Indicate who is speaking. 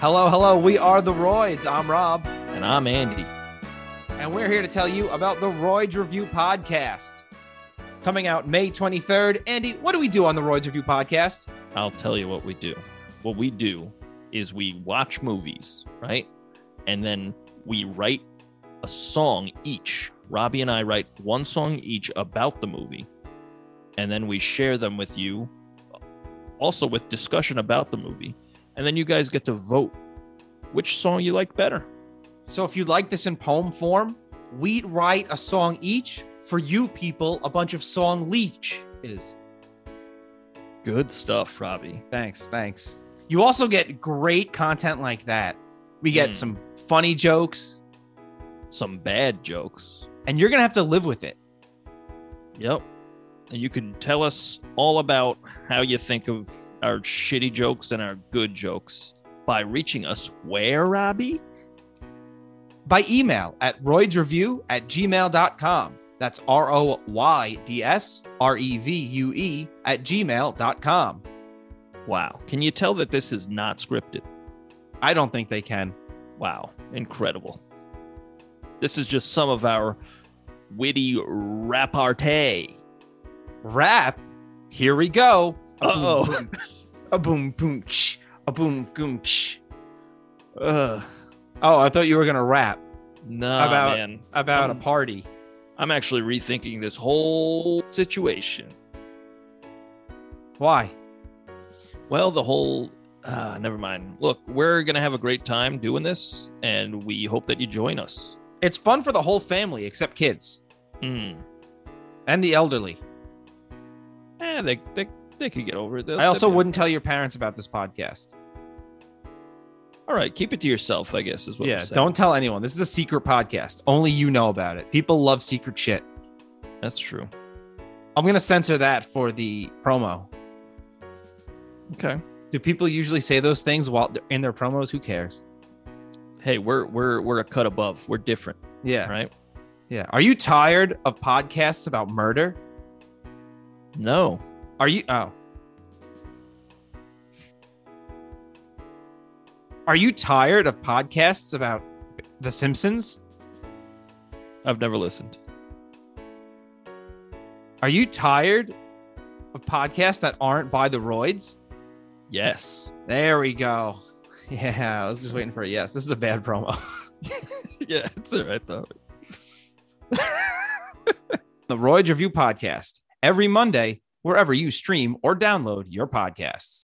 Speaker 1: Hello, hello. We are the Roids. I'm Rob,
Speaker 2: And I'm Andy.
Speaker 1: and we're here to tell you about the Roids Review Podcast. Coming out May 23rd. Andy, what do we do on the Roids Review Podcast?
Speaker 2: I'll tell you what we do. What we do is we watch movies, right? And then we write a song each. Robbie and I write one song each about the movie, and then we share them with you, also with discussion about the movie. And then you guys get to vote which song you like better.
Speaker 1: So if you like this in poem form, we'd write a song each. For you people, a bunch of song leech is.
Speaker 2: Good stuff, Robbie.
Speaker 1: Thanks, thanks. You also get great content like that. We get
Speaker 2: Hmm.
Speaker 1: some funny jokes,
Speaker 2: Some bad jokes.
Speaker 1: and you're going to have to live with it.
Speaker 2: Yep. And you can tell us all about how you think of our shitty jokes and our good jokes by reaching us where, Robbie?
Speaker 1: by email at roydsreview at gmail.com. That's R O Y D S R E V U E at gmail.com.
Speaker 2: Wow. Can you tell that this is not scripted?
Speaker 1: I don't think they can.
Speaker 2: Wow. Incredible. This is just some of our witty repartee.
Speaker 1: Rap. Here we go.
Speaker 2: Uh oh.
Speaker 1: A boom boom. ksh, A boom boom. ksh.
Speaker 2: Ugh.
Speaker 1: Oh, I thought you were going to rap
Speaker 2: Nah,
Speaker 1: About-
Speaker 2: man.
Speaker 1: about
Speaker 2: Um,
Speaker 1: a party.
Speaker 2: I'm actually rethinking this whole situation.
Speaker 1: Why?
Speaker 2: Well, the whole. Uh, never mind. Look, we're going to have a great time doing this, and we hope that you join us.
Speaker 1: It's fun for the whole family except kids Hmm.
Speaker 2: Mm.
Speaker 1: and the elderly.
Speaker 2: Eh, they, they, they could get over it. They'll-
Speaker 1: I also
Speaker 2: they'll be-
Speaker 1: wouldn't tell your parents about this podcast.
Speaker 2: All right, keep it to yourself, I guess, is what
Speaker 1: Yeah,
Speaker 2: I'm saying.
Speaker 1: don't tell anyone. This is a secret podcast. Only you know about it. People love secret shit.
Speaker 2: That's true.
Speaker 1: I'm gonna censor that for the promo.
Speaker 2: Okay.
Speaker 1: Do people usually say those things while they're in their promos? Who cares?
Speaker 2: Hey, we're we're we're a cut above. We're different,
Speaker 1: Yeah,
Speaker 2: right?
Speaker 1: yeah. Are you tired of podcasts about murder?
Speaker 2: No.
Speaker 1: Are you? Oh, are you tired of podcasts about The Simpsons?
Speaker 2: I've never listened.
Speaker 1: Are you tired of podcasts that aren't by the Roids?
Speaker 2: Yes.
Speaker 1: There we go. Yeah, I was just waiting for a yes. This is a bad promo.
Speaker 2: yeah, it's all right though.
Speaker 1: the Roids Review Podcast every Monday, wherever you stream or download your podcasts.